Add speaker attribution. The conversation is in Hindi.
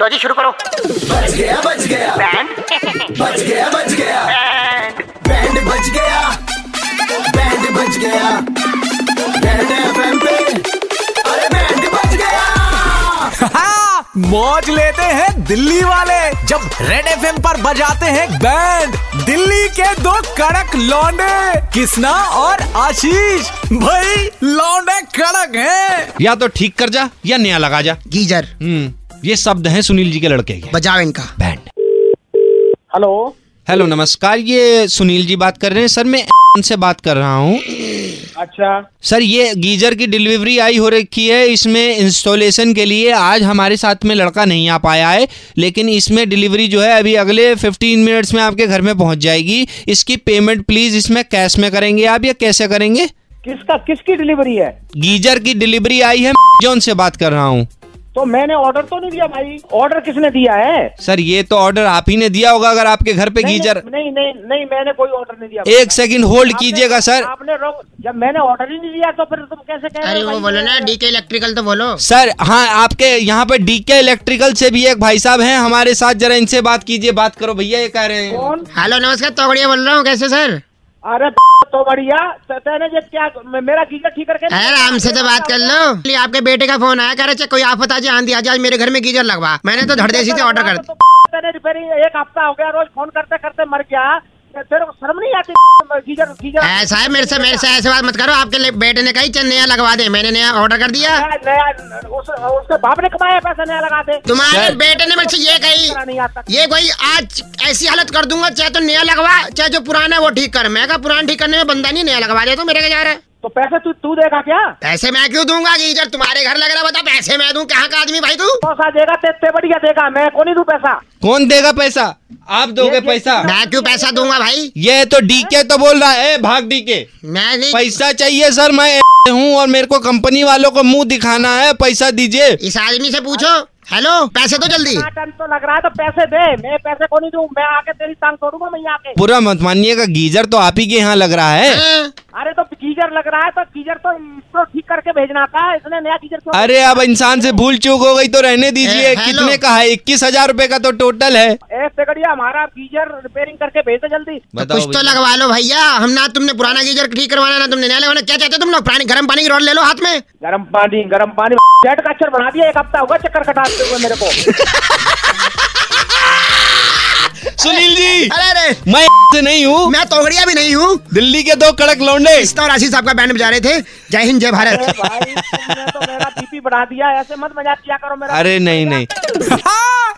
Speaker 1: लो जी शुरू करो
Speaker 2: बच गया बच गया
Speaker 1: बैंड
Speaker 2: बच गया बच गया बैंड बच गया बैंड बच गया बैंड एफएम पे अरे बैंड बच गया
Speaker 3: हाँ, मौज लेते हैं दिल्ली वाले जब रेड एफ पर बजाते हैं बैंड दिल्ली के दो कड़क लौंडे किसना और आशीष भाई लौंडे कड़क हैं
Speaker 4: या तो ठीक कर जा या नया लगा जा
Speaker 5: गीजर
Speaker 4: हम्म ये शब्द है सुनील जी के लड़के के
Speaker 5: बजाओ इनका
Speaker 4: बैंड
Speaker 6: हेलो
Speaker 4: हेलो नमस्कार ये सुनील जी बात कर रहे हैं सर मैं से बात कर रहा हूँ
Speaker 6: अच्छा
Speaker 4: सर ये गीजर की डिलीवरी आई हो रखी है इसमें इंस्टॉलेशन के लिए आज हमारे साथ में लड़का नहीं आ पाया है लेकिन इसमें डिलीवरी जो है अभी अगले 15 मिनट्स में आपके घर में पहुंच जाएगी इसकी पेमेंट प्लीज इसमें कैश में करेंगे आप या कैसे करेंगे
Speaker 6: किसका किसकी डिलीवरी है
Speaker 4: गीजर की डिलीवरी आई है जॉन से बात कर रहा हूँ
Speaker 6: तो मैंने ऑर्डर तो नहीं दिया भाई ऑर्डर किसने दिया है
Speaker 4: सर ये तो ऑर्डर आप ही ने दिया होगा अगर आपके घर पे
Speaker 6: नहीं,
Speaker 4: गीजर
Speaker 6: नहीं नहीं नहीं मैंने कोई ऑर्डर नहीं दिया
Speaker 4: एक सेकंड होल्ड
Speaker 6: आपने-
Speaker 4: कीजिएगा सर
Speaker 6: आपने रॉन्ग जब मैंने ऑर्डर ही नहीं दिया तो फिर तुम कैसे कह रहे
Speaker 5: अरे
Speaker 6: हो
Speaker 5: वो
Speaker 6: भाई?
Speaker 5: बोलो ना डीके इलेक्ट्रिकल तो बोलो
Speaker 4: सर हाँ आपके यहाँ पे डीके इलेक्ट्रिकल से भी एक भाई साहब हैं हमारे साथ जरा इनसे बात कीजिए बात करो भैया ये कह रहे हैं
Speaker 6: कौन
Speaker 5: हेलो नमस्कार तोगड़िया बोल रहा हूँ कैसे सर
Speaker 6: अरे तो बढ़िया तो तेने ये क्या मे- मेरा गीजर ठीक करके
Speaker 5: अरे आराम से तो बात कर लो ये आपके बेटे का फोन आया कह रहे "चे, कोई आफत आ जाए आंधी आ जाए आज मेरे घर में गीजर लगवा मैंने तो धड़देसी से ऑर्डर कर
Speaker 6: तो
Speaker 5: दिया
Speaker 6: तेने रिपेयरिंग एक हफ्ता हो गया रोज फोन करते करते मर गया ते- तेरे को शर्म नहीं आती गीजर गीजर
Speaker 5: ऐ, साहब मेरे से मेरे से ऐसे बात मत करो आपके लिए- बेटे ने कही चल नया लगवा दे मैंने नया ऑर्डर कर दिया
Speaker 6: नया नया उस, उसके बाप ने कमाया पैसा नया लगा दे
Speaker 5: तुम्हारे
Speaker 4: सर-
Speaker 5: तो बेटे ने मुझसे ये
Speaker 6: करा
Speaker 5: कही
Speaker 6: नहीं आता
Speaker 5: ये कोई आज ऐसी हालत कर दूंगा चाहे तो नया लगवा चाहे जो पुराना है वो ठीक कर मैं कहा पुराना ठीक करने में बंदा नहीं नया लगवा दे तो मेरे क्या जा रहा है
Speaker 6: तो पैसे तू तू देगा क्या
Speaker 5: पैसे मैं क्यों दूंगा गीजर तुम्हारे घर लग रहा है, बता पैसे मैं दूं कहाँ का आदमी भाई तू
Speaker 6: पैसा देगा ते, ते बढ़िया देगा मैं को नहीं दू पैसा
Speaker 4: कौन देगा पैसा आप दोगे
Speaker 6: ये-
Speaker 4: पैसा
Speaker 5: मैं क्यों पैसा दूंगा भाई
Speaker 4: ये तो डीके तो बोल रहा है ए, भाग डीके
Speaker 5: मैं नहीं
Speaker 4: पैसा चाहिए सर मैं हूँ और मेरे को कंपनी वालों को मुंह दिखाना है पैसा दीजिए
Speaker 5: इस आदमी से पूछो हेलो पैसे तो जल्दी
Speaker 6: इतना टन तो लग रहा है तो पैसे दे मैं पैसे को नहीं दू मैं आके तेरी टांग तोड़ूंगा मैं यहाँ आके
Speaker 4: पूरा मत मानिएगा गीजर तो आप ही के यहाँ लग रहा है
Speaker 5: हाँ,
Speaker 6: अरे तो गीजर लग रहा है तो गीजर तो इसको ठीक करके भेजना था इसने नया गीजर क्यों
Speaker 4: अरे अब इंसान से भूल चूक हो गई तो रहने दीजिए
Speaker 5: ए, हेलो।
Speaker 4: कितने का है इक्कीस हजार रूपए का तो टोटल है
Speaker 6: ए तेगड़िया हमारा गीजर रिपेयरिंग करके भेज दे जल्दी
Speaker 5: तो कुछ तो लगवा लो भैया हम ना तुमने पुराना गीजर ठीक करवाना ना तुमने नया लगवाना क्या चाहते हो तुम लोग पानी गर्म पानी की रॉड ले लो हाथ में
Speaker 6: गर्म पानी गर्म पानी जेट का अक्षर बना दिया एक हफ्ता होगा चक्कर कटाते हुए मेरे को
Speaker 4: सुनील जी
Speaker 5: अरे अरे
Speaker 4: मैं से नहीं हूँ
Speaker 5: मैं तोगड़िया भी नहीं हूँ
Speaker 4: दिल्ली के दो कड़क लौंडे
Speaker 5: इस तो राशि साहब का बैंड बजा रहे थे जय हिंद जय
Speaker 6: ए
Speaker 5: भारत
Speaker 6: भाई तुमने तो मेरा बीपी बढ़ा दिया ऐसे मत मजाक किया करो मेरा
Speaker 4: अरे नहीं नहीं
Speaker 3: हाँ,